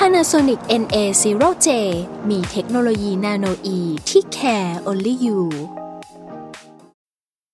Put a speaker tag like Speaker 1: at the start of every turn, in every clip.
Speaker 1: Panasonic NA0J มีเทคโนโลยีนาโนอีที่ care only you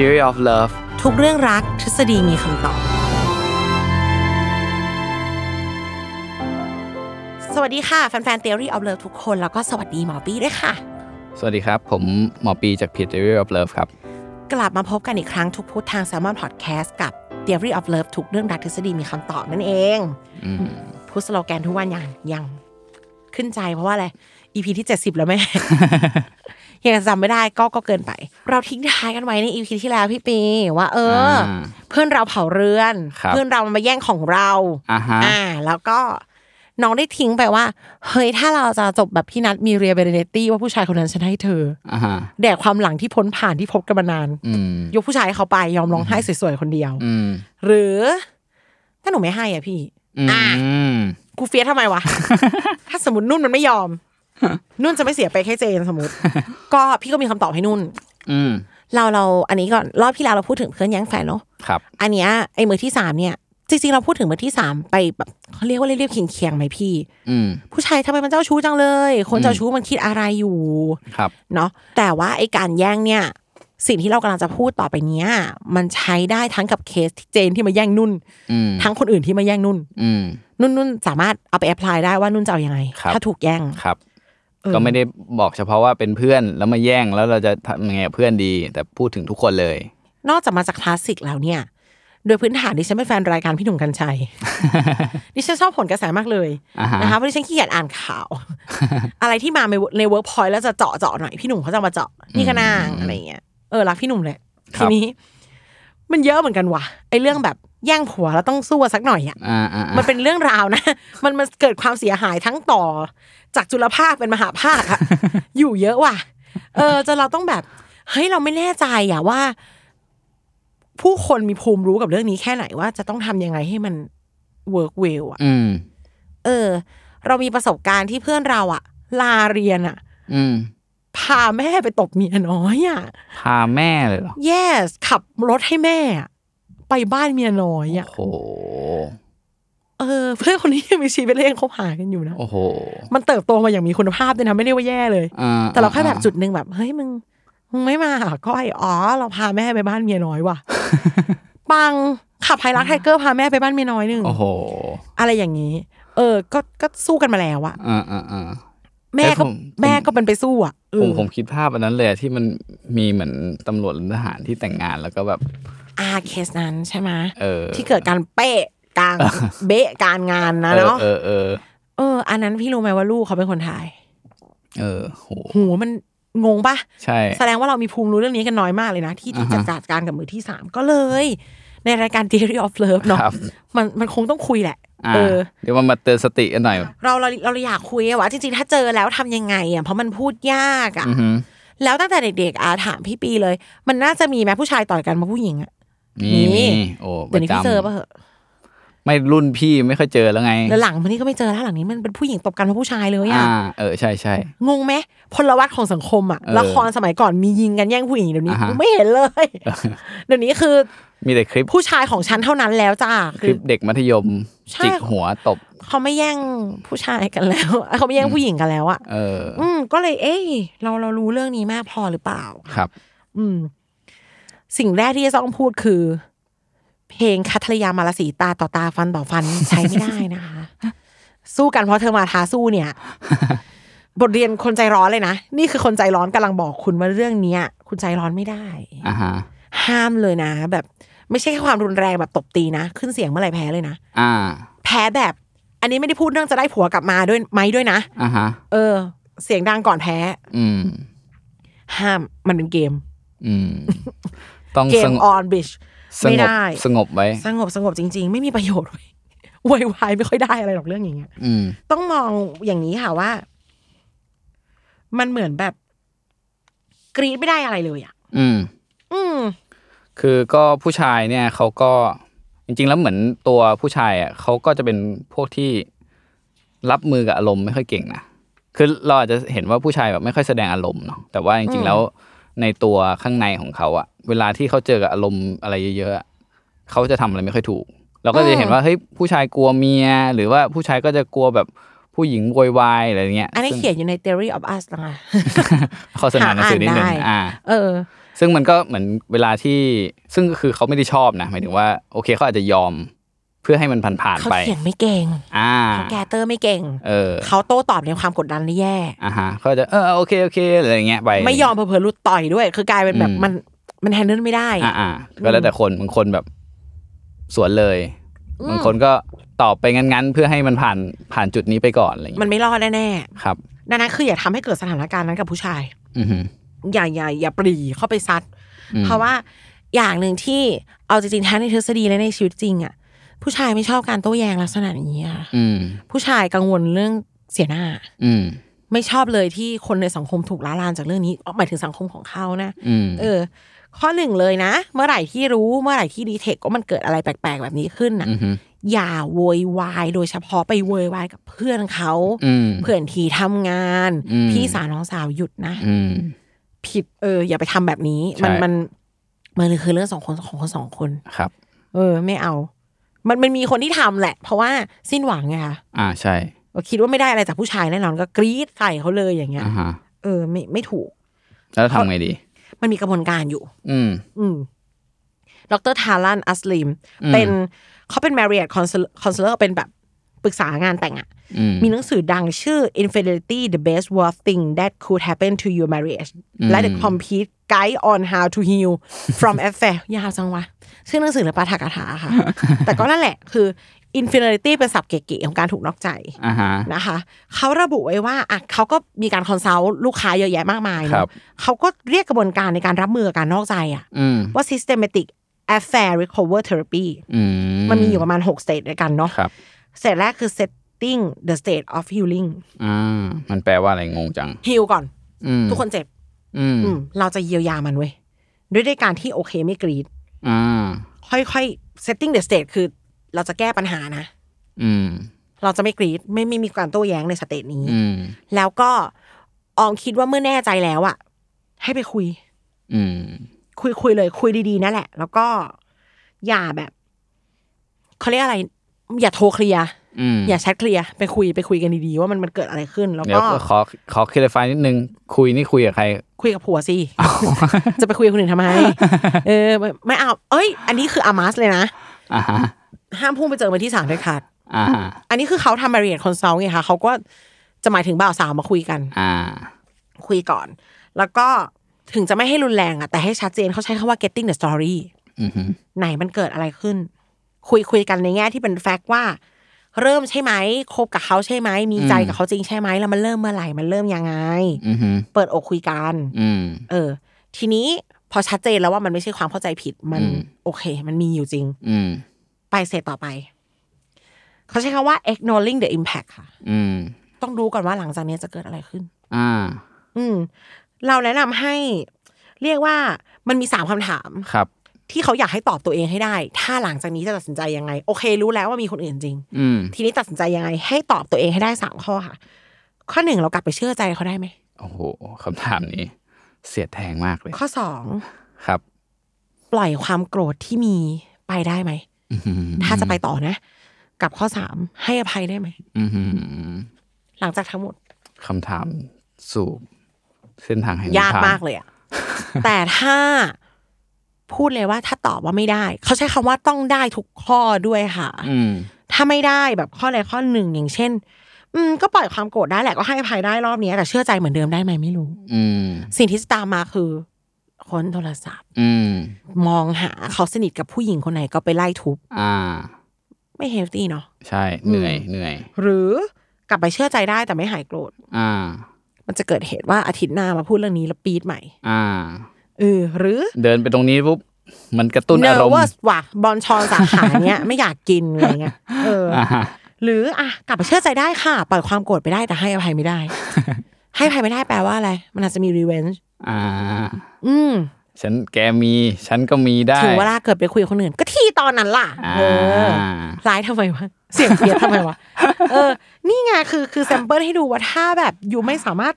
Speaker 2: Theory of Love
Speaker 3: ทุกเรื่องรักทฤษฎีมีคำตอบ สวัสดีค่ะ แฟนๆ Theory of Love ทุกคน แล้วก็สวัสดีหมอปี้ด้วยค่ะ
Speaker 2: สวัสดีครับ ผมหมอปีจากเพจ Theory of Love ครับ
Speaker 3: กลับมาพบกันอีกครั้งทุกพุธทาง s ซ l m o n Podcast กับ Theory of Love ทุกเรื่องรักทฤษฎีมีคำตอบนั่นเอง
Speaker 2: อืม
Speaker 3: พูดสโลแกนทุกวันยังยัง ขึ้นใจเพราะว่าอะไร EP ที่ 70 แล้วแม่ ยังจำไม่ได้ก็ก็เกินไป เราทิ้งท้ายกันไว้ใน EP ที่แล้วพี่ปีว่า เอออ
Speaker 2: ม
Speaker 3: เพื่อนเราเผาเรือน
Speaker 2: ครับ
Speaker 3: เพื่อนเรามาแย่งของเรา
Speaker 2: อ่าฮะ
Speaker 3: อ่าแล้วก็น้องได้ทิ้งไปว่า เฮ้ย ถ้าเราจะจบแบบพี่นัทมีเรียเบเรเนตตี้ว่าผู้ชายคนนั้นฉันให้เธอ
Speaker 2: อ่าฮะ
Speaker 3: แดกความหลังที่พ้นผ่านที่พบกันมานาน
Speaker 2: อืม
Speaker 3: ยกผู้ชายเขาไปยอมร้องไห้สวยๆ คนเดียว
Speaker 2: อืม
Speaker 3: หรือถ้าหนูไม่ให้อ่ะพี่
Speaker 2: อืม
Speaker 3: กูเฟียสทำไม วะ ถ้าสมมตินุ่นมันไม่ยอม นุ่นจะไม่เสียไปแค่เจนส มมติ ก็พี่ก็มีคำตอบให้นุ่น
Speaker 2: อืม
Speaker 3: เราเราอันนี้ก่อนรอบที่แล้วเราพูดถึงเพื่อนแย้งแฟนเนาะ
Speaker 2: ครับ
Speaker 3: อันเนี้ยไอ้มือที่สามเนี่ย จริงๆเราพูดถึงมือที่สามไปแบบเขาเรียกว่าเรียบๆเคียงๆไหมพี่
Speaker 2: อืม
Speaker 3: ผู้ชายทำไมมันเจ้าชู้จังเลย คนเจ้าชู้มันคิดอะไรอยู่
Speaker 2: ครับ
Speaker 3: เนาะแต่ว่าไอการแย่งเนี่ย สิ่งที่เรากำลังจะพูดต่อไปเนี้ยมันใช้ได้ทั้งกับเคสที่เจนที่มาแย่งนุ่น
Speaker 2: อืม
Speaker 3: ทั้งคนอื่นที่มาแย่งนุ่น
Speaker 2: อืม
Speaker 3: นุ่นนุ่นสามารถเอาไปแอพพลายได้ว่านุ่นจะเอาอยัางไง
Speaker 2: ครับ
Speaker 3: ถ้าถูกแย่ง
Speaker 2: ครับ
Speaker 3: เออ
Speaker 2: ก็ไม่ได้บอกเฉพาะว่าเป็นเพื่อนแล้วมาแย่งแล้วเราจะทำยังไงกับเพื่อนดี แต่พูดถึงทุกคนเลย
Speaker 3: นอกจากมาจากคลาสสิกแล้วเนี่ย โดยพื้นฐานดิฉันเป็นแฟนรายการพี่หนุ่มกัญชั ย ดิฉันชอบผลกระแสมากเลย
Speaker 2: อ่าฮะ
Speaker 3: นะคะเพราะดิฉันขี้เกียจอ่านข่าว อะไรที่มาในในเวิร์กพอยต์แล้วจะเจาะเจาะหน่อยพี่หนุ่มเขาจะมาเจาะนี่ก็นางอะไรอย่างเงี้ยเออรักพี่หนุ่มแหละ
Speaker 2: ค
Speaker 3: ที
Speaker 2: รับ
Speaker 3: นี้ มันเยอะเหมือนกันว่ะไอ้เรื่องแบบแย่งผัวแล้วต้องสู้กันสักหน่อยอ่ะ
Speaker 2: อ่าอ่า
Speaker 3: มันเป็นเรื่องราวนะ มันมันเกิดความเสียหายทั้งต่อ จากจุลภาคเป็นมหาภาคอะ อยู่เยอะว่ะ เออจนเราต้องแบบเฮ้ยเราไม่แน่ใจอ่ะว่า ผู้คนมีภูมิรู้กับเรื่องนี้แค่ไหนว่าจะต้องทำยังไงให้มันเวิร์กเวลอะ
Speaker 2: อืม
Speaker 3: เออ เรามีประสบการณ์ที่เพื่อนเราอะลาเรียนอะ
Speaker 2: อืม
Speaker 3: พาแม่ไปตบเมียน้อยอะ
Speaker 2: พาแม่เลยเหรอ
Speaker 3: yes ขับรถให้แม่อะไปบ้านเมียน้อยอะ
Speaker 2: โอ้โห
Speaker 3: เออ เพื่อนคนนี้ยังมีชีวิตและยังคบหากันอยู่นะ
Speaker 2: โอ้โห
Speaker 3: มันเติบโตมาอย่างมีคุณภาพด้วยนะไม่ได้ว่าแย่เลย
Speaker 2: อ่
Speaker 3: แต่เราแค่แบบจุดหนึ่งแบบเฮ้ยมึงมึงไม่มาหาก้อยอ๋อเราพาแม่ไปบ้านเมียน้อย ว่ะ ปังขับไฮรักไทเกอร์พาแม่ไปบ้านเมียน้อยหนึ่ง
Speaker 2: โอ้โห
Speaker 3: อะไรอย่างนี้ เออ ก็ก็สู้กันมาแล้วอะ
Speaker 2: อ่าอ่าอ่า
Speaker 3: แม่
Speaker 2: แต่ผ
Speaker 3: ก็
Speaker 2: ม
Speaker 3: แม่ก็เป็นไปสู้อะเอ
Speaker 2: ผม
Speaker 3: อ
Speaker 2: ผมคิดภาพอันนั้นเลยอะที่มันมีเหมือนตำรวจหรือทหารที่แต่งงานแล้วก็แบบ
Speaker 3: อาเคสนั้นใช่ไหม
Speaker 2: เออ
Speaker 3: ที่เกิดการเป๊ะกลาง เบะการงานนะ
Speaker 2: เออ
Speaker 3: เนาะ
Speaker 2: เออเออ
Speaker 3: เออ อันนั้นพี่รู้ไหมว่าลูกเขาเป็นคนไทย
Speaker 2: เออโห
Speaker 3: โหมันงงปะ
Speaker 2: ใช่
Speaker 3: แสดงว่าเรามีภูมิรู้เรื่องนี้กันน้อยมากเลยนะ ที่ที่จะ
Speaker 2: อ่าฮะ
Speaker 3: จัดการกับมือที่สามก็เลย ในรายการ Theory of Love เนาะ
Speaker 2: ครับ
Speaker 3: มันมันคงต้องคุยแหละ
Speaker 2: อ่า
Speaker 3: เออ
Speaker 2: เดี๋ยวมันมาเตือนสติกันหน่อย
Speaker 3: เราเราเราอยากคุยอะว่าจริงๆ ถ้าเจอแล้วทำยังไงอ่ะเพราะมันพูดยากอ่ะ
Speaker 2: อือหือ
Speaker 3: แล้วตั้งแต่เด็กๆอาถามพี่ปีเลย มันน่าจะมีไหมผู้ชายต่อยกันมาผู้หญิงอ่ะ
Speaker 2: มี
Speaker 3: มี
Speaker 2: มีโอ้
Speaker 3: เดี๋ยวนี้พี่เจอปะเหอะ
Speaker 2: ไม่รุ่นพี่ไม่ค่อยเจอแล้วไง
Speaker 3: แล้วหลังมันนี่ก็ไม่เจอแล้วหลังนี้มันเป็นผู้หญิงตบกันเพราะผู้ชายเลย
Speaker 2: อ่า
Speaker 3: อะ
Speaker 2: เออใช่ใช่
Speaker 3: งงไหมพลวัตของสังคมอะ
Speaker 2: เออ
Speaker 3: ละครสมัยก่อนมียิงกันแย่งผู้หญิงเดี๋ยวนี้
Speaker 2: อ่าฮะ
Speaker 3: กูไม่เห็นเลย เดี๋ยวนี้คือ
Speaker 2: มีแต่คลิป
Speaker 3: ผู้ชายของฉันเท่านั้นแล้วจ้า
Speaker 2: ค
Speaker 3: คื
Speaker 2: ลิ
Speaker 3: อ
Speaker 2: ปเด็กมัธยม
Speaker 3: ใช่
Speaker 2: จิกหัวตบ
Speaker 3: เขาไม่แย่งผู้ชายกันแล้ว เขาไม่แย่งผู้หญิงกันแล้วอะ
Speaker 2: เออ
Speaker 3: อืมก็เลย เอ้ยเราเรารู้เรื่องนี้มากพอหรือเปล่า
Speaker 2: ครับ
Speaker 3: อืม สิ่งแรกที่จะต้องพูดคือ เพลงคัทรยามาลสีตาต่อตาฟันต่อฟันใช้ไม่ได้นะคะ สู้กันเพราะเธอมาท้าสู้ เนี่ย บทเรียนคนใจร้อนเลยนะ นี่คือคนใจร้อนกำลังบอกคุณว่าเรื่องเนี้ย คุณใจร้อนไม่ได้
Speaker 2: อ่าฮะ
Speaker 3: ห้ามเลยนะ แบบไม่ใช่แค่ความรุนแรงแบบตบตีนะ ขึ้นเสียงเมื่อไหร่แพ้เลยนะ
Speaker 2: อ่า
Speaker 3: แพ้แบบ อันนี้ไม่ได้พูดเรื่องจะได้ผัวกลับมาด้วยไหมด้วยนะ
Speaker 2: อ่าฮะ
Speaker 3: เออ เสียงดังก่อนแพ้
Speaker 2: อืม
Speaker 3: ห้ามมันเป็นเกม
Speaker 2: อืม ต้อง
Speaker 3: เก
Speaker 2: ส
Speaker 3: ม
Speaker 2: งบ
Speaker 3: ออนบิช
Speaker 2: ส
Speaker 3: ไม่
Speaker 2: งบ
Speaker 3: ได้
Speaker 2: สงบไว้
Speaker 3: สงบสงบจริง ๆ ไม่มีประโยชน์เว้ยโวยวายไม่ค่อยได้อะไรหรอกเรื่องอย่างเงี้ย
Speaker 2: อืม
Speaker 3: ต้องมองอย่างนี้ค่ะว่า มันเหมือนแบบ กรีดไม่ได้อะไรเลยอ่ะ
Speaker 2: อืม
Speaker 3: อืม
Speaker 2: คือก็ผู้ชายเนี่ยเขาก็จริง ๆ แล้วเหมือนตัวผู้ชายอ่ะเขาก็จะเป็นพวกที่รับมือกับอารมณ์ไม่ค่อยเก่งนะคือเราอาจจะเห็นว่าผู้ชายแบบไม่ค่อยแสดงอารมณ์เนาะแต่ว่าจริง ๆ แล้วในตัวข้างในของเขาอ่ะ เวลาที่เขาเจอกับอารมณ์อะไรเยอะๆอะเขาจะทำอะไรไม่ค่อยถูก เราก็จะเห็นว่าเฮ้ยผู้ชายกลัวเมีย หรือว่าผู้ชายก็จะกลัวแบบผู้หญิงโวยวายอะไรเงี้ย
Speaker 3: อันนี้
Speaker 2: ซึ่ง
Speaker 3: เขียนอยู่ใน theory of us นะคะ
Speaker 2: โฆษณาหนังสือนิดนึง
Speaker 3: หาอ่านได้
Speaker 2: อ่า
Speaker 3: เออ
Speaker 2: ซึ่งมันก็เหมือนเวลาที่ซึ่งก็คือเขาไม่ได้ชอบนะหมายถึงว่าโอเคเขาอาจจะยอมเพื่อให้มันผ่าน
Speaker 3: เขา
Speaker 2: ๆไป
Speaker 3: เขียนไม่เก่ง
Speaker 2: อ่า
Speaker 3: เขาแกเตอร์ไม่เก่ง
Speaker 2: เออ
Speaker 3: เขาโต้ตอบในความกดดันได้แย่
Speaker 2: อ่าฮะเขาจะเออโอเคโอเคอะไรอย่างเงี้ยไป
Speaker 3: ไม่ยอมเผลอๆรุดต่อยด้วย คือกลายเป็นแบบ
Speaker 2: อืม
Speaker 3: มันมันแฮนเดิลไม่ได้
Speaker 2: อ่าอ่าก็แล้วแต่คนบางคนแบบสวนเลย บางคนก็ตอบไปงั้นๆ เพื่อให้มันผ่านผ่านจุดนี้ไปก่อนอะไรอย่าง
Speaker 3: มั
Speaker 2: เงี้ย
Speaker 3: นไม่รอดแน่
Speaker 2: ครับ
Speaker 3: ๆดังนั้นคืออย่าทำให้เกิดสถานการณ์นั้นกับผู้ชาย
Speaker 2: อือฮึ
Speaker 3: อย่าอย่าอย่าปรีเข้าไปซัด เพราะว่าอย่างหนึ่งที่เอาจริงๆทั้งในทฤษฎีและในชีวิตจริงอ่ะผู้ชายไม่ชอบการโต้แย้งลักษณะนี้อะ
Speaker 2: อืม
Speaker 3: ผู้ชายกังวลเรื่องเสียหน้า
Speaker 2: อืม
Speaker 3: ไม่ชอบเลยที่คนในสังคมถูกล้าลานจากเรื่องนี้หมายถึงสังคมของเขานะ
Speaker 2: อืม
Speaker 3: เออ ข้อหนึ่งเลยนะ เมื่อไหร่ที่รู้เมื่อไหร่ที่ดีเทคว่ามันเกิดอะไรแปลกๆ แบบนี้ขึ้นนะ
Speaker 2: อือฮึ
Speaker 3: อย่าโวยวายโดยเฉพาะไปโวยวายกับเพื่อนเขา
Speaker 2: อืม
Speaker 3: เพื่อนที่ทำงาน
Speaker 2: อืม
Speaker 3: พี่สาวน้องสาวหยุดนะ
Speaker 2: อืม
Speaker 3: ผิดเออ อย่าไปทำแบบนี้
Speaker 2: ใช่
Speaker 3: มันมันมันคือเรื่องสองคนของคนสองคน
Speaker 2: ครับ
Speaker 3: เออ ไม่เอา มันมันมีคนที่ทำแหละ เพราะว่าสิ้นหวังไงคะ
Speaker 2: อ่าใช่
Speaker 3: ก็คิดว่าไม่ได้อะไรจากผู้ชายแน่นอนก็กรี๊ดใส่เขาเลยอย่างเงี้ย
Speaker 2: อ่าฮะ
Speaker 3: เออ ไม่ไม่ถูก
Speaker 2: แล้วทำไงดี
Speaker 3: มันมีกระบวนการอยู่
Speaker 2: อืม
Speaker 3: อืมดรทารันอัสลิม
Speaker 2: อืม
Speaker 3: เป็นเขาเป็น Marriott Counsel- Counselor เป็นแบบปรึกษางานแต่งอะ
Speaker 2: อืม
Speaker 3: มีหนังสือดังชื่อ Infidelity the Best Worst Thing That Could Happen to Your Marriage และ The Complete Guide on How to Heal from Affair ยาวจังวะ ชื่อหนังสือหรือปาฐกถา ค่ะ แต่ก็นั่นแหละคือ Infidelity เป็นศัพท์เก๋ๆของการถูกนอกใจ
Speaker 2: อ่าฮะ
Speaker 3: นะคะเขาระบุไว้ว่าอ่ะเขาก็มีการคอนซัลท์ลูกค้าเยอะแยะมากมาย
Speaker 2: ครั
Speaker 3: เนาะ
Speaker 2: บ
Speaker 3: เขาก็เรียกกระบวนการในการรับมือกับการนอกใจอะ
Speaker 2: อืม
Speaker 3: ว่า systematic affair recover therapy
Speaker 2: อืม
Speaker 3: มันมีอยู่ประมาณ 6 stage ด้วยกันเนาะ
Speaker 2: ครับ
Speaker 3: สเตจแรกคือ setting the state of healing
Speaker 2: อ่า มันแปลว่าอะไรงงจัง
Speaker 3: heal ก่อน
Speaker 2: อืม
Speaker 3: ทุกคนเจ็บ
Speaker 2: อืม
Speaker 3: อืมเราจะเยียวยามันเว้ยด้วยด้วยการที่โอเคไม่กรีด
Speaker 2: อ่า
Speaker 3: ค่อยๆ setting the state คือเราจะแก้ปัญหานะ
Speaker 2: อืม
Speaker 3: เราจะไม่กรีดไม่ไม่มีการโต้แย้งในสเตจนี้
Speaker 2: อืม
Speaker 3: แล้วก็ออมคิดว่าเมื่อแน่ใจแล้วอะให้ไปคุย
Speaker 2: อืม
Speaker 3: คุยคุยเลย คุยดีๆนั่นแหละ แล้วก็อย่าแบบเขาเรียกอะไร อย่าโทรเคลียร์
Speaker 2: อืม
Speaker 3: อย่าแชทเคลียร์ไปคุยไปคุยกันดีๆว่ามันมันเกิดอะไรขึ้น แล้ว
Speaker 2: เดี๋ย
Speaker 3: ก็
Speaker 2: วขอขอคลียร์ไฟนิดนึง คุยนี่คุยกับใคร
Speaker 3: คุยกับผัวสิจะไปคุยกับคนอื่นทำไม เออไม่ไม่เอา เอ้ย อันนี้คืออามาสเลยนะ
Speaker 2: อ่าฮะ
Speaker 3: ห้ามพุ่งไปเจอมาที่สามเด็ดขาด
Speaker 2: อ่าฮะ
Speaker 3: อันนี้คือเขาทำมาเรียนคอนซัลท์ไงคะเขาก็จะหมายถึงบ่าวสาวมาคุยกัน
Speaker 2: อ่า
Speaker 3: คุยก่อน แล้วก็ถึงจะไม่ให้รุนแรงอะแต่ให้ชัดเจนเขาใช้คำว่า getting the story
Speaker 2: อืมฮึ
Speaker 3: ไหนมันเกิดอะไรขึ้น คุยคุยกันในแง่ที่เป็นแฟกต์ว่า เริ่มใช่ไหมคบกับเขาใช่ไหมมีใจกับเขาจริงใช่ไหมแล้วมันเริ่มเมื่อไหร่มันเริ่มยังไง
Speaker 2: อืมฮึ
Speaker 3: เปิดอกคุยกัน
Speaker 2: อืม
Speaker 3: เออ ทีนี้พอชัดเจนแล้วว่ามันไม่ใช่ความเข้าใจผิดมัน
Speaker 2: อืม
Speaker 3: โอเค มันมีอยู่จริง
Speaker 2: อืม
Speaker 3: ไปเสร็จต่อไป เขาใช้คำว่า acknowledging the impact ค่ะ
Speaker 2: อืม
Speaker 3: ต้องรู้ก่อนว่าหลังจากนี้จะเกิดอะไรขึ้น
Speaker 2: อ่า
Speaker 3: อืม เราแนะนำให้ เรียกว่ามันมีสามคำถาม
Speaker 2: ครับ
Speaker 3: ที่เขาอยากให้ตอบตัวเองให้ได้ ถ้าหลังจากนี้จะตัดสินใจยังไง โอเค รู้แล้วว่ามีคนอื่นจริง
Speaker 2: อืม
Speaker 3: ทีนี้ตัดสินใจยังไง ให้ตอบตัวเองให้ได้สามข้อค่ะ ข้อหนึ่งเรากลับไปเชื่อใจเขาได้ไหม
Speaker 2: โอ้โหคำถามนี้ เสียดแทงมากเลย
Speaker 3: ข้อสอง
Speaker 2: ครับ
Speaker 3: ปล่อยความโกรธที่มีไปได้ไหม
Speaker 2: อืมฮึ
Speaker 3: ถ้าจะไปต่อนะ กับข้อสามให้อภัยได้ไหม
Speaker 2: อืมฮึ
Speaker 3: หลังจากทั้งหมด
Speaker 2: คำถามสู่เส้นทางแห่ง
Speaker 3: ยาก
Speaker 2: นิทน
Speaker 3: มาก เลยอะ แต่ถ้าพูดเลยว่าถ้าตอบว่าไม่ได้ เขาใช้คำว่าต้องได้ทุกข้อด้วยค่ะ
Speaker 2: อืม
Speaker 3: ถ้าไม่ได้แบบข้อใดข้อหนึ่งอย่างเช่น อืมก็ปล่อยความโกรธได้แหละก็ให้อภัยได้รอบนี้แต่เชื่อใจเหมือนเดิมได้ไหมไม่รู้
Speaker 2: อืม
Speaker 3: สิ่งที่จะตามมาคือค้นโทรศัพท์
Speaker 2: อืม
Speaker 3: มองหาเขาสนิทกับผู้หญิงคนไหนก็ไปไล่ทุบ
Speaker 2: อ่า
Speaker 3: ไม่เฮลตี้เนาะ
Speaker 2: ใช่เหนื่อยเหนื่อย
Speaker 3: หรือกลับไปเชื่อใจได้แต่ไม่หายโกรธ
Speaker 2: อ่า
Speaker 3: มันจะเกิดเหตุว่าอาทิตย์หน้ามาพูดเรื่องนี้แล้วปีดใหม่
Speaker 2: อ่า
Speaker 3: เออหรือ
Speaker 2: เดินไปตรงนี้ปุ๊บมันกระตุ้นอารมณ์
Speaker 3: เนเวิร์สว่ะบอลชอนสาขาเนี้ย ไม่อยากกินอะไรเงี้ยเอออ
Speaker 2: อ่าฮะ
Speaker 3: หรืออ่ะกลับไปเชื่อใจได้ค่ะ ปล่อยความโกรธไปได้แต่ให้อภัยไม่ ได้ ให้อภัยไม่ได้แปลว่าอะไร มันอาจจะมีรีเวนจ์
Speaker 2: อ่า
Speaker 3: อืม
Speaker 2: ฉันแกมี ฉันก็มีได้
Speaker 3: ถึงเวลาเกิดไปคุยกับคนอื่น ก็ที่ตอนนั้นล่ะ
Speaker 2: อ่า
Speaker 3: เออร้ายทำไมวะ เสียงเปียกทำไมวะ เออ นี่ไงคือคือแซมเปิลให้ดูว่าถ้าแบบอยู่ไม่สามารถ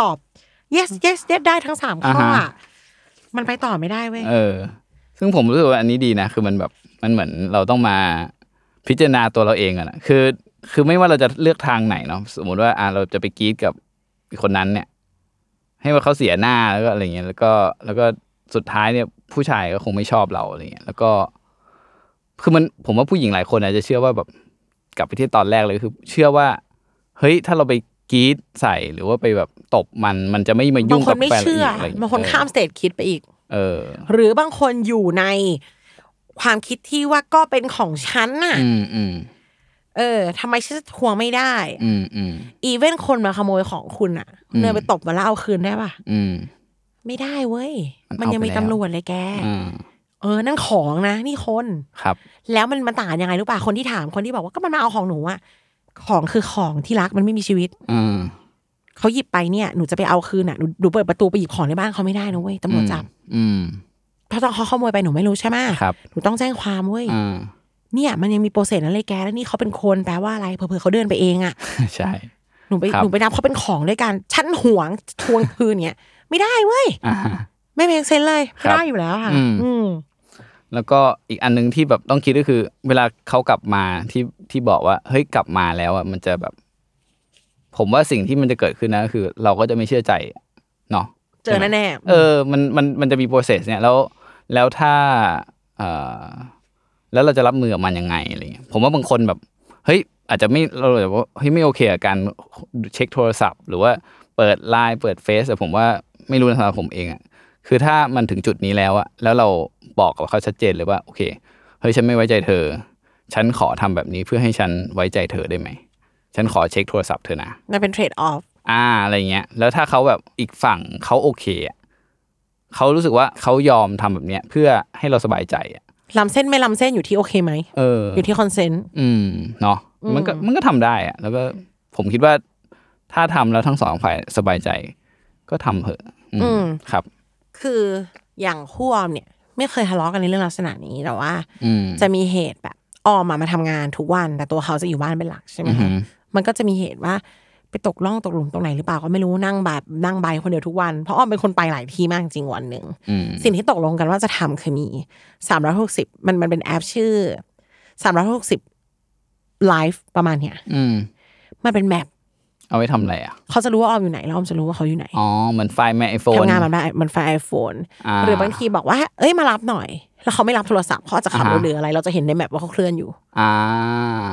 Speaker 3: ตอบ yes yes yes ได้ทั้งสามข้อ
Speaker 2: อ่า
Speaker 3: อ่ะ
Speaker 2: ฮะ
Speaker 3: มันไปต่อไม่ได้เว้ย
Speaker 2: เออ ซึ่งผมรู้สึกว่าอันนี้ดีนะ คือมันแบบมันเหมือนเราต้องมาพิจารณาตัวเราเองอะนะคือ คือไม่ว่าเราจะเลือกทางไหนเนาะสมมติว่าอ่ะเราจะไปกรีดกับคนนั้นเนี่ย ให้ว่าเขาเสียหน้าแล้วก็อะไรเงี้ยแล้วก็แล้วก็สุดท้ายเนี่ย ผู้ชายก็คงไม่ชอบเราอะไรเงี้ยแล้วก็ คือมันผมว่าผู้หญิงหลายคนอาจจะเชื่อว่าแบบกลับไปที่ตอนแรกเลยคือ เชื่อว่า เฮ้ยถ้าเราไปกรีดใส่หรือว่าไปแบบตบมันมันจะไม่มา
Speaker 3: บา
Speaker 2: ยุ่
Speaker 3: ง
Speaker 2: ง
Speaker 3: ค
Speaker 2: กับ
Speaker 3: นไม่
Speaker 2: แฟนเรา
Speaker 3: เชื่
Speaker 2: อี
Speaker 3: อก
Speaker 2: อะไรเงี้ย
Speaker 3: บางคนข้ามสเตจคิดไปอีก
Speaker 2: เออ
Speaker 3: หรือบางคนอยู่ในความคิดที่ว่าก็เป็นของฉันน่ะ
Speaker 2: อืมอืม
Speaker 3: เออทำไมฉันจะทวงไม่ได้
Speaker 2: อืมอืม
Speaker 3: อีเวนคนมาขโมยของคุณอ่ะคุณเดินไปตบมาแล้วเอาคืนได้ป่ะ
Speaker 2: อืม
Speaker 3: ไม่ได้เว้ย
Speaker 2: มัน
Speaker 3: มันยังมี
Speaker 2: เอาไปแล้ว
Speaker 3: ตำรวจเลยแก
Speaker 2: อืม
Speaker 3: เออ นั่นของนะ นี่คน
Speaker 2: ครับ
Speaker 3: แล้วมันมันต่างยังไงรู้ป่ะ คนที่ถามคนที่บอกว่าก็มันมาเอาของหนูอ่ะ ของคือของที่รักมันไม่มีชีวิต
Speaker 2: อืม
Speaker 3: เขาหยิบไปเนี่ย หนูจะไปเอาคืนอ่ะ หนูหนูเปิดประตูไปหยิบของในบ้านเขาไม่ได้นะเว้ยตำรวจจับ
Speaker 2: อืม
Speaker 3: เพราะตอนเขาขโมยไปหนูไม่รู้ใช่ไหมะ
Speaker 2: ครับ
Speaker 3: หนูต้องแจ้งความเว้ย
Speaker 2: อืม
Speaker 3: เนี่ยมันยังมีโปรเซสนั้นเลยแกแล้วนี่เขาเป็นคนแปลว่าอะไรเผื่อๆเขาเดินไปเองอ่ะ
Speaker 2: ใช่
Speaker 3: หนูไป
Speaker 2: ครับ
Speaker 3: หนูไปนับเขาเป็นของด้วยกันฉันหวงทวงคืนเนี่ยไม่ได้เว้ย
Speaker 2: อ่า
Speaker 3: ไม่เป็นเซนเลย
Speaker 2: ค
Speaker 3: ไม่
Speaker 2: รับ
Speaker 3: ได้อยู่แล้วค่ะ
Speaker 2: อืม
Speaker 3: อืม
Speaker 2: แล้วก็อีกอันหนึงที่แบบต้องคิดก็คือ เวลาเขากลับมาที่ที่บอกว่า เฮ้ยกลับมาแล้วอ่ะมันจะแบบ ผมว่าสิ่งที่มันจะเกิดขึ้นนะก็คือ เราก็จะไม่เชื่อใจเนาะ
Speaker 3: เจอแน่แน่
Speaker 2: เออ มัน มัน มันจะมี process เนี่ย แล้ว แล้วถ้าเอ่อแล้วเราจะรับมือกับมันยังไงอะไรเงี้ย ผมว่าบางคนแบบ เฮ้ย อาจจะไม่ เราแบบว่า เฮ้ย ไม่โอเคกับการเช็คโทรศัพท์ หรือว่าเปิดไลน์ เปิดเฟซแต่ผมว่าไม่รู้นะสำหรับผมเองอะคือถ้ามันถึงจุดนี้แล้วอะแล้วเราบอกกับเขาชัดเจนเลยว่า โอเค เฮ้ย ฉันไม่ไว้ใจเธอ ฉันขอทำแบบนี้เพื่อให้ฉันไว้ใจเธอได้ไหม ฉันขอเช็คโทรศัพท์เธอนะ
Speaker 3: มันเป็นเทรดออฟ
Speaker 2: อ่าอะไรเงี้ย แล้วถ้าเขาแบบอีกฝั่งเขาโอเคอะเขารู้สึกว่าเขายอมทำแบบเนี้ยเพื่อให้เราสบายใจอะ
Speaker 3: ลำเส้นไม่ลำเส้นอยู่ที่โอเคไหม
Speaker 2: เออ
Speaker 3: อยู่ที่คอนเซนต์
Speaker 2: อืมเนาะมันก็มันก็ทำได้อะแล้วก็ผมคิดว่าถ้าทำแล้วทั้งสองฝ่ายสบายใจ ก็ทำเถอะอืมครับ
Speaker 3: คืออย่างคู่ออมเนี่ย ไม่เคยทะเลาะกันในเรื่องลักษณะนี้แต่ว่า
Speaker 2: อืม
Speaker 3: จะมีเหตุแบบออมมามาทำงานทุกวัน แต่ตัวเขาจะอยู่บ้านเป็นหลักใช่ไหมคะ
Speaker 2: อือหือ
Speaker 3: มันก็จะมีเหตุว่าไปตกล่องตกหลุมตรงไหนหรือเปล่าก็ไม่รู้นั่งแบบนั่งใบคนเดียวทุกวัน เพราะออมเป็นคนไปหลายที่มากจริงวันหนึ่ง
Speaker 2: อืม
Speaker 3: สิ่งที่ตกลงกันว่าจะทำคือมีสามร้อยหกสิบมันมันเป็นแอปชื่อสามร้อยหกสิบไลฟ์ประมาณเนี้ย
Speaker 2: อืม
Speaker 3: มันเป็นแมป
Speaker 2: เอาไว้ทำอะไรอ่ะ
Speaker 3: เขาจะรู้ว่าออมอยู่ไหนแล้วออมจะรู้ว่าเขาอยู่ไหน
Speaker 2: อ๋อเหมือนไฟล์แม่ไอโฟน
Speaker 3: ทำงานมันได้มันไฟไอโฟน
Speaker 2: อ่า
Speaker 3: หรือบางทีบอกว่า เอ้ยมารับหน่อย แล้วเขาไม่รับโทรศัพท์เขาอาจจะขับรถหรืออะไร เราจะเห็นในแมปว่าเขาเคลื่อนอยู่
Speaker 2: อ่า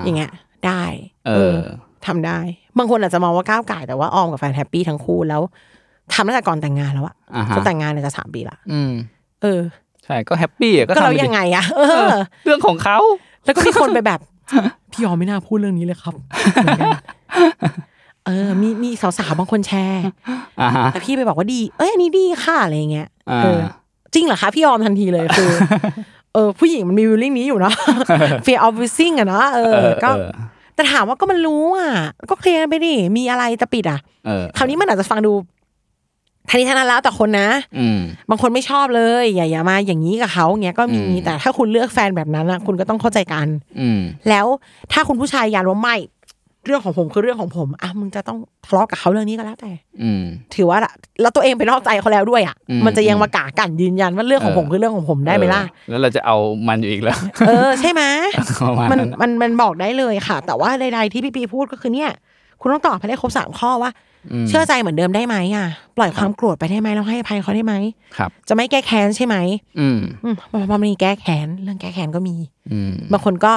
Speaker 3: อย่างเงี้ยได้
Speaker 2: เออ
Speaker 3: ทำได้ บางคนอาจจะมองว่าก้าวไก่ายแต่ว่าออมกับแฟนแฮปปี้ทั้งคู่แล้วทำตั้งแต่ก่อนแต่งงานแล้วอะ
Speaker 2: อ่าฮะ
Speaker 3: จะแต่งงานเนี่ยจะสามปีละ
Speaker 2: อืม
Speaker 3: เออ
Speaker 2: ใช่ก็แฮปปี้อะก็
Speaker 3: ก็
Speaker 2: ทำ
Speaker 3: เรา
Speaker 2: ปดิ
Speaker 3: ยังไงอะเอ
Speaker 2: เอ
Speaker 3: อ
Speaker 2: อ เรื่องของเขา
Speaker 3: แล้วก็มีคนไปแบบ พี่ออมไม่น่าพูดเรื่องนี้เลยครับเหมือนกันเออ มีมีสาวๆบางคนแชร์
Speaker 2: อ่าฮะ
Speaker 3: แต่พี่ไปบอกว่าดี เอ้ยอันนี้ดีค่ะอะไรอย่างเงี้ย
Speaker 2: อ่า
Speaker 3: เออ จริงเหรอคะพี่ออมทันที เลยคือ เออ ผู้หญิงมันมีวิลลิ่งนี้อยู่เนาะ fear of missing อะเนาะเอ
Speaker 2: เอ
Speaker 3: อ
Speaker 2: อ
Speaker 3: ก็
Speaker 2: เออ
Speaker 3: แต่ถามว่าก็มันรู้อ่ะ ก็เคลียร์กันไปดิ มีอะไรจะปิดอ่ะ
Speaker 2: เออ
Speaker 3: คราวนี้มันอาจจะฟังดูทันทีทันนั้นแล้วแต่คนนะ
Speaker 2: อืม
Speaker 3: บางคนไม่ชอบเลย อย่าอย่ามาอย่างนี้กับเขาอย่างเงี้ยก็มี
Speaker 2: อืม
Speaker 3: แต่ถ้าคุณเลือกแฟนแบบนั้นอ่ะ คุณก็ต้องเข้าใจกัน
Speaker 2: อืม
Speaker 3: แล้วถ้าคุณผู้ชายยันว่าไม่ เรื่องของผมคือเรื่องของผม อ่ะมึงจะต้องทะเลาะกับเขาเรื่องนี้ก็แล้วแต่
Speaker 2: อืม
Speaker 3: ถือว่าละแล้วตัวเองไปนอกใจเขาแล้วด้วยอ่ะ
Speaker 2: อืม
Speaker 3: มันจะยังมากากันยืนยันว่าเรื่องของ
Speaker 2: เออ
Speaker 3: ผมคือเรื่องของผมได้ไหมล่ะ
Speaker 2: เออแล้วเราจะเอามันอยู่อีก แล้ว
Speaker 3: เออใช่ไหม
Speaker 2: ประมาณ
Speaker 3: มัน
Speaker 2: นั้น
Speaker 3: มันมันบอกได้เลยค่ะ แต่ว่าใดๆที่พี่ปีพูดก็คือเนี่ย คุณต้องตอบให้ได้ครบสามข้อว่า เชื่อใจเหมือนเดิมได้ไหมอ่ะ ปล่อยความโกรธไปได้ไหมแล้วให้อภัยเขาได้ไหม
Speaker 2: ครับ
Speaker 3: จะไม่แก้แค้นใช่ไหม
Speaker 2: อืม
Speaker 3: อืมมันมันมีแก้แค้นเรื่องแก้แค้นก็มี
Speaker 2: อืม
Speaker 3: บางคนก็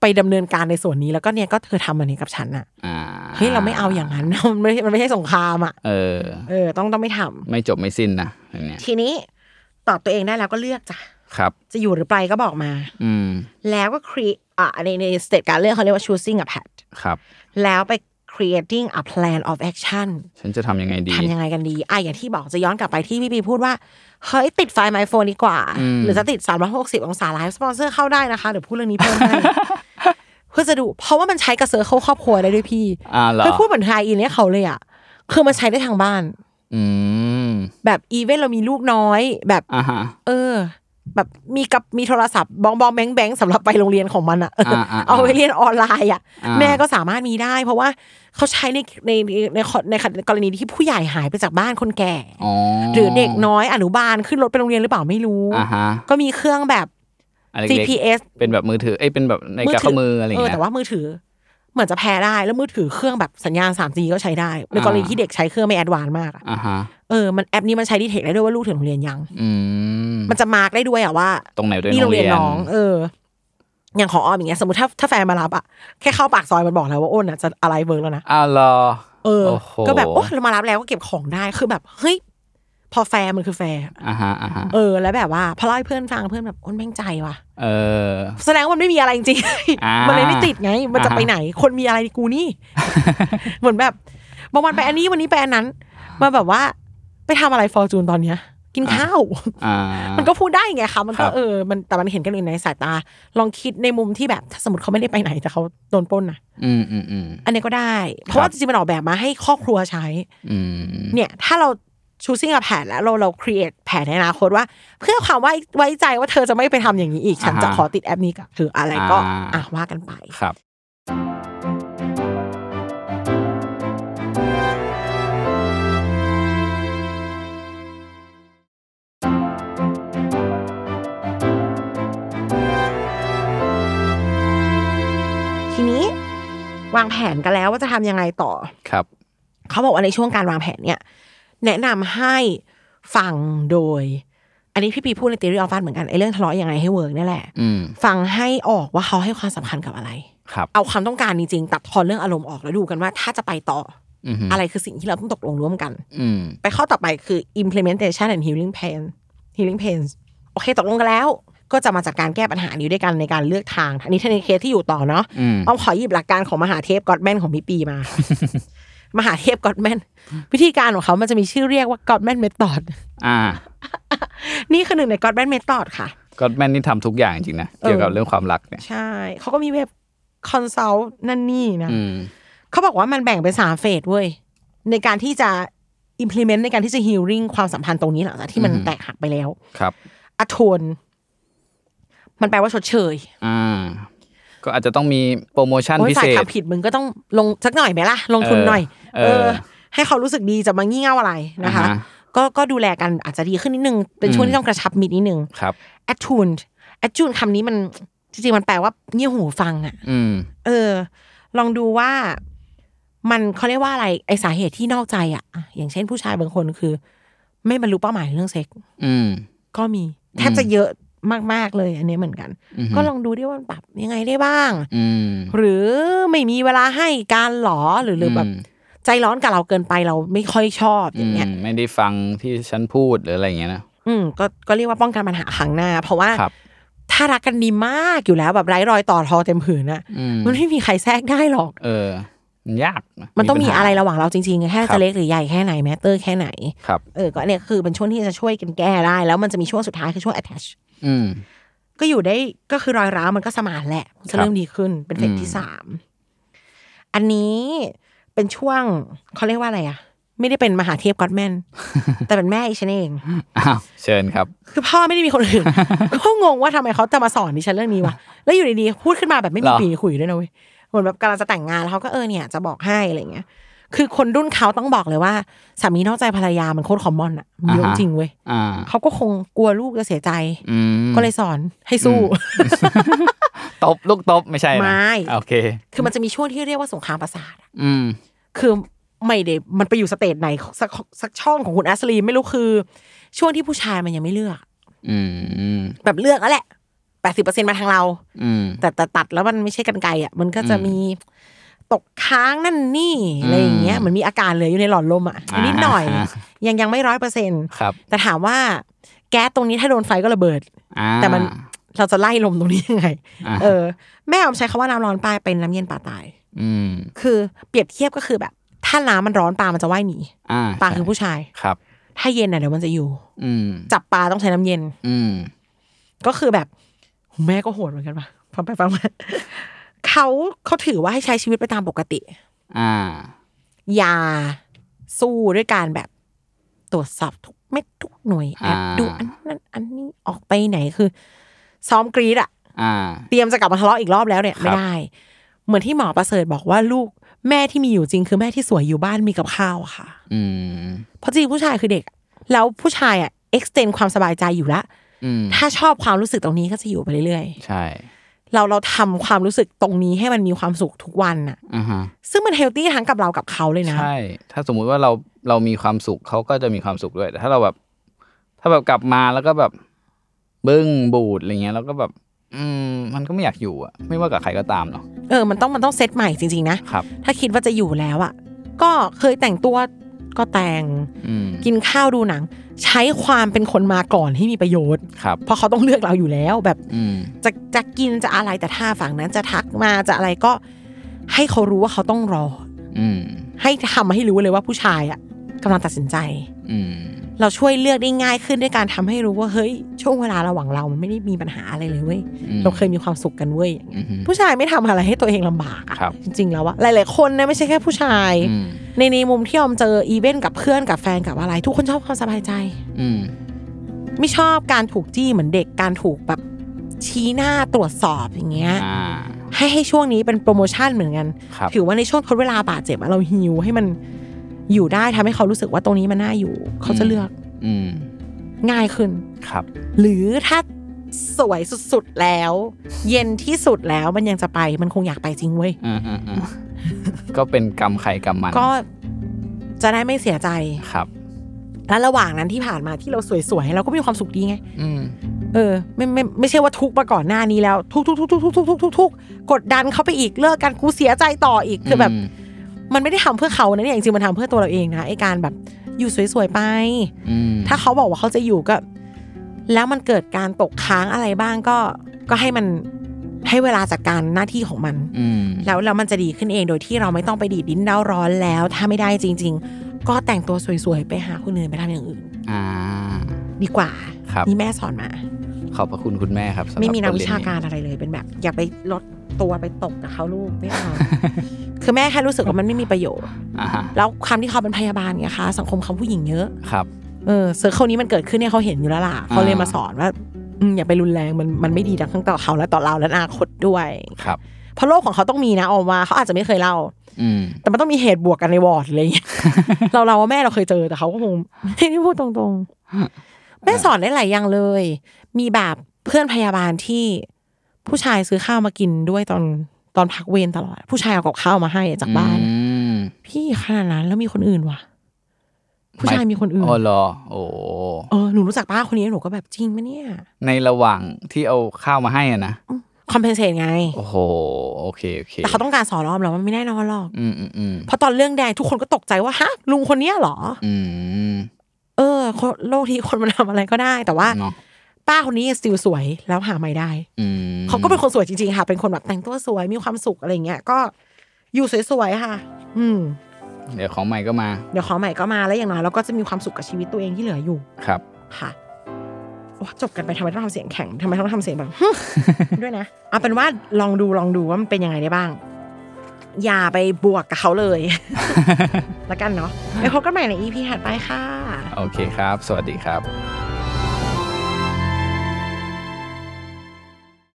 Speaker 3: ไป ไปดำเนินการในส่วนนี้แล้วก็เนี่ยก็เธอทำอันนี้กับฉันอะ
Speaker 2: อ่า
Speaker 3: เฮ้ยเราไม่เอาอย่างนั้น มันไม่มันไม่ใช่สงครามอะ
Speaker 2: เออ
Speaker 3: เออต้องต้องไม่ทำ
Speaker 2: ไม่จบไม่สิ้นนะอย่างเนี้ย
Speaker 3: ทีนี้ตอบตัวเองได้แล้วก็เลือกจ้ะ
Speaker 2: ครับ
Speaker 3: จะอยู่หรือไปก็บอกมา
Speaker 2: อืม
Speaker 3: แล้วก็ create อ่ะในในสเตจการเลือกเขาเรียกว่า choosing a path
Speaker 2: ครับ
Speaker 3: แล้วไป creating a plan of action
Speaker 2: ฉันจะทำยังไงดี
Speaker 3: ทำยังไงกันดีอ่ะอย่างที่บอกจะย้อนกลับไปที่พี่ปีพูดว่า เฮ้ย ติดไฟไมโฟนดีกว่า
Speaker 2: อืม
Speaker 3: หรือจะติด 360 องศาไลฟ์สปอนเซอร์เข้าได้นะคะ เดี๋ยวพูดเรื่องนี้เพิ่มให้ เพื่อจะดู เพราะว่ามันใช้กับเซอร์เคิลครอบครัวได้ด้วยพี่
Speaker 2: อ่าเหรอ
Speaker 3: เฮ้ยพูดเหมือนไฮอินเนี่ยเขาเลยอ่ะ คือมันใช้ได้ทางบ้าน
Speaker 2: อืม
Speaker 3: แบบอีเวนเรามีลูกน้อย แบบ
Speaker 2: อ่าฮะ
Speaker 3: เออ แบบมีกับมีโทรศัพท์บองบองแบงแบงสำหรับไปโรงเรียนของมันอ่ะ
Speaker 2: อ่าอ่า
Speaker 3: เอาไปเรียนออนไลน์อ่ะ
Speaker 2: อ่า
Speaker 3: แม่ก็สามารถมีได้ เพราะว่าเขาใช้ในในในในในกรณีที่ผู้ใหญ่หายไปจากบ้านคนแก่
Speaker 2: อ๋อ
Speaker 3: หรือเด็กน้อยอนุบาลขึ้นรถไปโรงเรียนหรือเปล่าไม่รู้
Speaker 2: อ่าฮะ
Speaker 3: ก็มีเครื่องแบบ
Speaker 2: อะไรเล็ก
Speaker 3: GPS
Speaker 2: ๆเป็นแบบมือถือเอ้ยเป็นแบบในกระข้อมืออะไรอย่า
Speaker 3: เองอ
Speaker 2: เงี้ย
Speaker 3: แต่ว่ามือถือ เหมือนจะแพ้ได้แล้วมือถือเครื่องแบบสัญญาณ 3G ก็ใช้ได้ ในกรณีที่เด็กใช้เครื่องไม่แอดวานซ์มากอะ
Speaker 2: อ่าฮะ
Speaker 3: เออมันแอปนี้มันใช้ดีเทคได้ด้วยว่าลูกถึงโรงเรียนยัง
Speaker 2: อืม
Speaker 3: มันจะมาร์กได้ด้วยอะว่า
Speaker 2: ตรงไหนด้วย
Speaker 3: นี่โรงเรียน
Speaker 2: โร
Speaker 3: น้อง เออ อย่างของออมอย่างเงี้ยสมมติถ้าถ้าแฟนมารับอะแค่เข้าปากซอยมันบอกแล้วว่าอ้นอะจะอะไรเวิร์กแล้วนะ
Speaker 2: อ้าวเหรอ
Speaker 3: เออ
Speaker 2: โอ้โห
Speaker 3: ก็แบบโอ้เรามารับแล้วก็เก็บของได้ คือแบบ เฮ้ย พอแฟร์มันคือแฟร์
Speaker 2: อ่าฮะอ่าฮะ
Speaker 3: เออ แล้วแบบว่าพอเล่าให้เพื่อนฟังเพื่อนแบบโอ้นแม่งใจว่ะ
Speaker 2: เออ
Speaker 3: แสดงว่ามันไม่มีอะไรจริง
Speaker 2: อ่ามั
Speaker 3: ๆมันเลยไม่ติดไง มันจะไปไหน คนมีอะไรกูนี่ เหมือนแบบบางวันไปอันนี้วันนี้ไปอันนั้นมาแบบว่า ไปทำอะไรฟอร์จูนตอนเนี้ย กินข้าว
Speaker 2: อ่ามั
Speaker 3: มันก็พูดได้ไงคะมัน
Speaker 2: ค
Speaker 3: ก็
Speaker 2: รับ
Speaker 3: เออ มันแต่มันเห็นกันอยู่ในสายตา ลองคิดในมุมที่แบบถ้าสมมติเขาไม่ได้ไปไหนแต่เขาโดนปล้นนะ
Speaker 2: อืมอืมอืม
Speaker 3: อันนี้ก็ได้ เพ
Speaker 2: ครั
Speaker 3: ราะ
Speaker 2: บ
Speaker 3: ว่าจริงๆมันออกแบบมาให้ครอบครัวใช้
Speaker 2: อืม
Speaker 3: เนี่ยถ้าเรา choosing a แผนแล้วเราเรา create แผนในอนาคตว่า เพื่อความไว้ไว้ใจว่าเธอจะไม่ไปทำอย่างนี้อีก ฉันจะขอติดแอปนี้กับเธออะไรก็อ่ะว่ากันไป
Speaker 2: ครับ
Speaker 3: ทีนี้วางแผนกันแล้วว่าจะทำยังไงต่อ
Speaker 2: ครับ
Speaker 3: เขาบอกว่าในช่วงการวางแผนเนี่ย แนะนำให้ฟังโดย อันนี้พี่ปีพูดใน theory of fun เหมือนกันไอ้เรื่องทะเลาะยังไงให้เวิร์กนี่แหละ
Speaker 2: อืม
Speaker 3: ฟังให้ออกว่าเขาให้ความสำคัญกับอะไร
Speaker 2: ครับ
Speaker 3: เอาความต้องการจริงๆตัดทอนเรื่องอารมณ์ออกแล้วดูกันว่าถ้าจะไปต่อ
Speaker 2: อืม
Speaker 3: ออะไรคือสิ่งที่เราต้องตกลงร่วมกัน
Speaker 2: อืม
Speaker 3: ไปข้อต่อไปคือ implementation and healing pain healing pains โอเคตกลงกันแล้ว ก็จะมาจากการแก้ปัญหานี้ด้วยกันในการเลือกทางอันนี้ถ้าในเคสที่อยู่ต่อเนาะ
Speaker 2: อืม
Speaker 3: เอาขอหยิบหลักการของมหาเทพก็อดแมนของพี่ปีมา มหาเทพก็อดแมนวิธีการของเขามันจะมีชื่อเรียกว่าก็อดแมนเมธอด
Speaker 2: อ่า
Speaker 3: นี่คือหนึ่งในก็อดแมนเมธอดค่ะ
Speaker 2: ก็แม่นนี่ทำทุกอย่างจริงนะ เกี่ยวกับเรื่องความรักเนี่ย
Speaker 3: ใช่เขาก็มีเว็บคอนซัลท์นั่นนี่นะ
Speaker 2: อืม
Speaker 3: เขาบอกว่ามันแบ่งเป็นสามเฟสเว้ยในการที่จะ implement ในการที่จะ healing ความสัมพันธ์ตรงนี้หลังจากที่มัน
Speaker 2: อืม
Speaker 3: แตกหักไปแล้ว
Speaker 2: ครับ
Speaker 3: อโทน มันแปลว่าชดเชย
Speaker 2: อ่า ก็อาจจะต้องมีโปรโมชั่น
Speaker 3: โอ้ย
Speaker 2: พิ
Speaker 3: ฝ่า
Speaker 2: เศ
Speaker 3: ย
Speaker 2: ษ
Speaker 3: ทำผิดมึงก็ต้องลงสักหน่อยไหมล่ะ ลงทุนหน่อย
Speaker 2: เอ
Speaker 3: เอ
Speaker 2: อ
Speaker 3: อ ให้เขารู้สึกดีจะมางี่เง่าอะไรนะคะ
Speaker 2: อ่าฮะ
Speaker 3: ก็ก็ดูแลกันอาจจะดีขึ้นนิดนึง เป็นช่
Speaker 2: อื
Speaker 3: วง
Speaker 2: ม
Speaker 3: ที่ต้องกระชับมิตรนิดนึง
Speaker 2: ครับ
Speaker 3: attuned attune คำนี้มันจริงๆ มันแปลว่าเงี่ยหูฟังอะ
Speaker 2: อืม
Speaker 3: เออ ลองดูว่ามันเขาเรียกว่าอะไร ไอสาเหตุที่นอกใจอะอ่ะ อย่างเช่นผู้ชายบางคนคือ ไม่บรรลุเป้าหมายเรื่องเซ็กส์
Speaker 2: อืม
Speaker 3: ก็มีแทบจะเยอะมากๆเลยอันนี้เหมือนกัน
Speaker 2: อืม
Speaker 3: ก็ลองดูด้วยว่ามันปรับยังไงได้บ้าง
Speaker 2: อืม
Speaker 3: หรือไม่มีเวลาให้การหรอหรือหรือแบบใจร้อนกับเราเกินไปเราไม่ค่อยชอบอ
Speaker 2: อื
Speaker 3: ย่าม งเงี้ย
Speaker 2: ไม่ได้ฟังที่ฉันพูดหรืออะไรอย่างเงี้ยนะ
Speaker 3: อืมก็ก็เรียกว่าป้องกันปัญหาครั้งหน้า เพราะว่า
Speaker 2: ครับ
Speaker 3: ถ้ารักกันดีมากอยู่แล้วแบบไร้รอยต่อทอเต็มผืนอะ
Speaker 2: อืม
Speaker 3: มันไม่มีใครแทรกได้หรอก
Speaker 2: เออ มันยากะ
Speaker 3: มันต้องมี
Speaker 2: ปัญหา
Speaker 3: อะไรระหว่างเราจริงๆไงแค่
Speaker 2: ครับ
Speaker 3: จะเล็กหรือใหญ่แค่ไหนแมตเตอร์แค่ไหน
Speaker 2: ครับ
Speaker 3: เออ ก็เนี่ยคือเป็นช่วงที่จะช่วยกันแก้ได้ แล้วมันจะมีช่วงสุดท้ายคือช่วง attach
Speaker 2: อืม
Speaker 3: ก็อยู่ได้ก็คือรอยร้าวมันก็สมานแหละมัน
Speaker 2: ครั
Speaker 3: จะ
Speaker 2: บ
Speaker 3: เริ่มดีขึ้นเป็นเฟส
Speaker 2: อืม
Speaker 3: ที่สามอันนี้เป็นช่วงเขาเรียกว่าอะไรอะไม่ได้เป็นมหาเทพก็อด แมน แต่เป็นแม่อีฉันเอง
Speaker 2: อ้าวเชิญครับ
Speaker 3: คือพ่อไม่ได้มีคนอื่น ก็งงว่าทำไมเขาจะมาสอนดิฉันเรื่องนี้วะแล้วอยู่ดีๆพูดขึ้นมาแบบไม่
Speaker 2: หร
Speaker 3: มี
Speaker 2: อ
Speaker 3: ปีคุยด้วยนะเว้ยเหมือนแบบกำลังจะแต่งงานแล้วเขาก็เออเนี่ยจะบอกให้อะไรเงี้ย คือคนรุ่นเขาต้องบอกเลยว่าสามีนอกใจภรรยามันโคตรคอมมอนอะมันเยอะจริงเว้ย
Speaker 2: อ่า
Speaker 3: เขาก็คงกลัวลูกจะเสียใจ
Speaker 2: อืม
Speaker 3: ก็เลยสอนให้สู้
Speaker 2: ตบลูกตบไม่ใช่นะ
Speaker 3: ไม่
Speaker 2: โอเค
Speaker 3: คือมันจะมีช่วงที่เรียกว่าสงครามประสาทอะ
Speaker 2: อืม
Speaker 3: คือไม่ได้มันไปอยู่สเตจไหนสักสักช่องของคุณอัสลีนไม่รู้คือ ช่วงที่ผู้ชายมันยังไม่เลือก
Speaker 2: อืม
Speaker 3: แบบเลือกแล้วแหละ แปดสิบเปอร์เซ็นมาทางเรา
Speaker 2: อืม
Speaker 3: แต่แต่ตัดแล้วมันไม่ใช่กันไกรอ่ะ มันก็จะมีตกค้างนั่นนี่อะไรอย่างเงี้ย
Speaker 2: อืม
Speaker 3: เหมือนมีอาการเหลืออยู่ในหลอดลมอ่ะ
Speaker 2: อ่านิ
Speaker 3: นิดหน่อย
Speaker 2: อ่า
Speaker 3: ยังยังไม่ร้อยเปอร์เซ็น
Speaker 2: ครับ
Speaker 3: แต่ถามว่าแก๊สตรงนี้ถ้าโดนไฟก็ระเบิด
Speaker 2: อ่า
Speaker 3: แต่มันเราจะไล่ลมตรงนี้ยังไง
Speaker 2: อ่า
Speaker 3: เออ แม่ผมใช้คำว่าน้ำร้อนปลาเป็นน้ำเย็นปลาตาย
Speaker 2: อืม
Speaker 3: คือเปรียบเทียบก็คือแบบ ถ้าน้ำมันร้อนปลามันจะว่ายหนี
Speaker 2: อ่า
Speaker 3: ปลา
Speaker 2: ใช่
Speaker 3: คือผู้ชาย
Speaker 2: ครับ
Speaker 3: ถ้าเย็นน่ะเดี๋ยวมันจะอยู่
Speaker 2: อืม
Speaker 3: จับปลาต้องใช้น้ำเย็น
Speaker 2: อืม
Speaker 3: ก็คือแบบแม่ก็โหดเหมือนกันปะฟังไปฟังมาเขาเขาถือว่าให้ใช้ชีวิตไปตามปกติ
Speaker 2: อ่า
Speaker 3: อย่าสู้ด้วยการแบบตรวจสอบทุกเม็ดทุกหน่วยแอบ
Speaker 2: อ่า
Speaker 3: ดูอันนั้นอันนี้ออกไปไหนคือ ซ้อมกรีดอะ
Speaker 2: อ่า
Speaker 3: เตรียมจะกลับมาทะเลาะอีกรอบแล้วเนี่ย
Speaker 2: ครับ
Speaker 3: ไม่ได้ เหมือนที่หมอประเสริฐบอกว่าลูกแม่ที่มีอยู่จริง คือแม่ที่สวยอยู่บ้านมีกับข้าวอะค่ะ
Speaker 2: อืม
Speaker 3: เพราะจริงๆผู้ชายคือเด็ก แล้วผู้ชายอะ extend ความสบายใจอยู่ละ
Speaker 2: อืม
Speaker 3: ถ้าชอบความรู้สึกตรงนี้ก็จะอยู่ไปเรื่อยๆ
Speaker 2: ใช่
Speaker 3: เราเราทำความรู้สึกตรงนี้ให้มันมีความสุขทุกวันน่ะ
Speaker 2: อ่าฮะ
Speaker 3: ซึ่งมันเฮลตี้ทั้งกับเรากับเขาเลยนะ
Speaker 2: ใช่ ถ้าสมมุติว่าเราเรามีความสุขเขาก็จะมีความสุขด้วย แต่ถ้าเราแบบ ถ้าแบบกลับมาแล้วก็แบบบึ้งบูดอะไรเงี้ย แล้วก็แบบ อืม มันก็ไม่อยากอยู่อะไม่ว่ากับใครก็ตามเนาะ
Speaker 3: เออมันต้องมันต้องเซตใหม่จริงๆนะ
Speaker 2: ครับ
Speaker 3: ถ้าคิดว่าจะอยู่แล้วอ่ะ ก็เคยแต่งตัวก็แต่ง
Speaker 2: อืม
Speaker 3: กินข้าวดูหนัง ใช้ความเป็นคนมาก่อนให้มีประโยชน์
Speaker 2: ครับ
Speaker 3: เพราะเขาต้องเลือกเราอยู่แล้ว แบบ
Speaker 2: อืม
Speaker 3: จะจะกินจะอะไรแต่ถ้าฝั่งนั้นจะทักมาจะอะไรก็ ให้เขารู้ว่าเขาต้องรอ
Speaker 2: อืม
Speaker 3: ให้ทำให้รู้เลยว่าผู้ชายอ่ะกำลังตัดสินใจ
Speaker 2: อืม
Speaker 3: เราช่วยเลือกได้ง่ายขึ้นด้วยการทำให้รู้ว่าเฮ้ย ช่วงเวลาระหว่างเรามันไม่ได้มีปัญหาอะไรเลยเว้ย
Speaker 2: อืม
Speaker 3: เราเคยมีความสุขกันเว้ย
Speaker 2: อืม
Speaker 3: ผู้ชายไม่ทำอะไรให้ตัวเองลำบากอะ
Speaker 2: ครับ
Speaker 3: จริงๆแล้วอะหลายๆคนนะไม่ใช่แค่ผู้ชาย
Speaker 2: อืม
Speaker 3: ในในมุมที่ออมเจออีเวนต์กับเพื่อนกับแฟนกับอะไร ทุกคนชอบความสบายใจ
Speaker 2: อืม
Speaker 3: ไม่ชอบการถูกจี้เหมือนเด็กการถูกแบบชี้หน้าตรวจสอบอย่างเงี้ย
Speaker 2: อ่า
Speaker 3: ให้ให้ช่วงนี้เป็นโปรโมชั่นเหมือนกัน
Speaker 2: ครับ
Speaker 3: ถือว่าในช่วงทดเวลาบาดเจ็บอะเราฮิวให้มันอยู่ได้ทำให้เขารู้สึกว่าตรงนี้มันน่าอยู่เขาจะเลือก
Speaker 2: อืม
Speaker 3: ง่ายขึ้น
Speaker 2: ครับ
Speaker 3: หรือถ้าสวยสุดๆแล้ว เย็นที่สุดแล้วมันยังจะไปมันคงอยากไปจริงเว้ย
Speaker 2: อืมอืมอืม ก็เป็นกรรมใครกรรมมัน
Speaker 3: ก็จะได้ไม่เสียใจ
Speaker 2: ครับ
Speaker 3: และระหว่างนั้นที่ผ่านมาที่เราสวยๆเราก็มีความสุขดีไง
Speaker 2: อืม
Speaker 3: เออไม่ไม่ไม่ใช่ว่าทุกข์มาก่อนหน้านี้แล้วทุกทุกทุกทุกทุกทุกทุกทุกทุกกดดันเขาไปอีกเลิกกันกูเสียใจต่ออีกคือแบบ
Speaker 2: อืม
Speaker 3: มันไม่ได้ทำเพื่อเขานะเนี่ยจริงๆมันทำเพื่อตัวเราเองนะไอการแบบอยู่สวยๆไป
Speaker 2: อืม
Speaker 3: ถ้าเขาบอกว่าเขาจะอยู่ก็ แล้วมันเกิดการตกค้างอะไรบ้างก็ ก็ให้มันให้เวลาจากการหน้าที่ของมัน
Speaker 2: อืม
Speaker 3: แล้วแล้วมันจะดีขึ้นเองโดยที่เราไม่ต้องไปดีดดิ้นเล่าร้อนแล้ว ถ้าไม่ได้จริง ๆ ก็แต่งตัวสวยๆ ไปหาคนอื่นไปทำอย่างอื่น
Speaker 2: อ่า
Speaker 3: ดีกว่า
Speaker 2: ครับ
Speaker 3: นี่แม่สอนมา
Speaker 2: ขอบพระคุณคุณแม่ครับสำหรับ
Speaker 3: ไม่มีนัก
Speaker 2: บท
Speaker 3: วิ
Speaker 2: เย
Speaker 3: ชาการอะไรเลยเป็นแบบ อย่าไปลดตัวไปตกกับเขาลูกไม่ เอา คือแม่แค่รู้สึกว่ามันไม่มีประโยชน์
Speaker 2: อ่าฮะ
Speaker 3: แล้วความที่เขาเป็นพยาบาลไงคะสังคมคำผู้หญิงเยอะ
Speaker 2: ครับ
Speaker 3: เออเซอร์เคิลนี้มันเกิดขึ้นเนี่ยเขาเห็นอยู่แล้วล่ะเขาเลยมาสอนว่าอืมอย่าไปรุนแรงมันมันไม่ดีทั้งต่อเขาและต่อเราและอนาคตด้วย
Speaker 2: ครับ
Speaker 3: เพราะโลกของเขาต้องมีนะออมว่าเขาอาจจะไม่เคยเล่า
Speaker 2: อืม
Speaker 3: แต่มันต้องมีเหตุบวกกันในวอร์ดอะ ไรอย่างเงี้ย เราเราว่าแม่เราเคยเจอแต่เขาก็คง ไม่ได้พูดตรงๆ แม่สอนได้หลายอย่างเลย มีแบบเพื่อนพยาบาลที่ผู้ชายซื้อข้าวมากินด้วยตอนตอนพักเวรตลอด ผู้ชายเอากับข้าวมาให้จากบ้าน
Speaker 2: อืม
Speaker 3: พี่ขนาดนั้นแล้วมีคนอื่นวะผู้ชายมีคนอื่น
Speaker 2: อ๋อเหรอ โอ้
Speaker 3: เออหนูรู้จักป้าคนนี้หนูก็แบบจริงปะเนี่ย
Speaker 2: ในระหว่างที่เอาข้าวมาให้อ่ะนะ
Speaker 3: คอมเพนเซตไง
Speaker 2: โอ้โห โอเค โอเค
Speaker 3: แต่เขาต้องการสอนรอบแล้วว่าไม่แน่นอนหรอก
Speaker 2: อืมอืมอืม
Speaker 3: เพราะตอนเรื่องแดงทุกคนก็ตกใจว่าฮะลุงคนเนี้ยเหรอ
Speaker 2: อืม
Speaker 3: เออคนโลกที่คนมันทำอะไรก็ได้ แต่ว่า
Speaker 2: เนาะ
Speaker 3: ป้าคนนี้สติลสวยแล้วหาไม่ได้
Speaker 2: อืม
Speaker 3: เขาก็เป็นคนสวยจริงๆค่ะ เป็นคนแบบแต่งตัวสวยมีความสุขอะไรเงี้ยก็อยู่สวยๆค่ะ อืม
Speaker 2: เดี๋ยวของใหม่ก็มา
Speaker 3: เดี๋ยวขอใหม่ก็มาแล้วอย่างน้อยเราก็จะมีความสุขกับชีวิตตัวเองที่เหลืออยู่
Speaker 2: ครับ
Speaker 3: ค่ะโอ้จบกันไปทำไมต้องทำเสียงแข็งทำไมต้องทำเสียงแบบ ด้วยนะเอาเป็นว่าลองดูลองดูว่ามันเป็นยังไงได้บ้าง อย่าไปบวกกับเขาเลย แล้วกันเนาะไปพบกันใหม่ใน EP ถัดไปค่ะ
Speaker 2: โอเคครับ สวัสดีครับ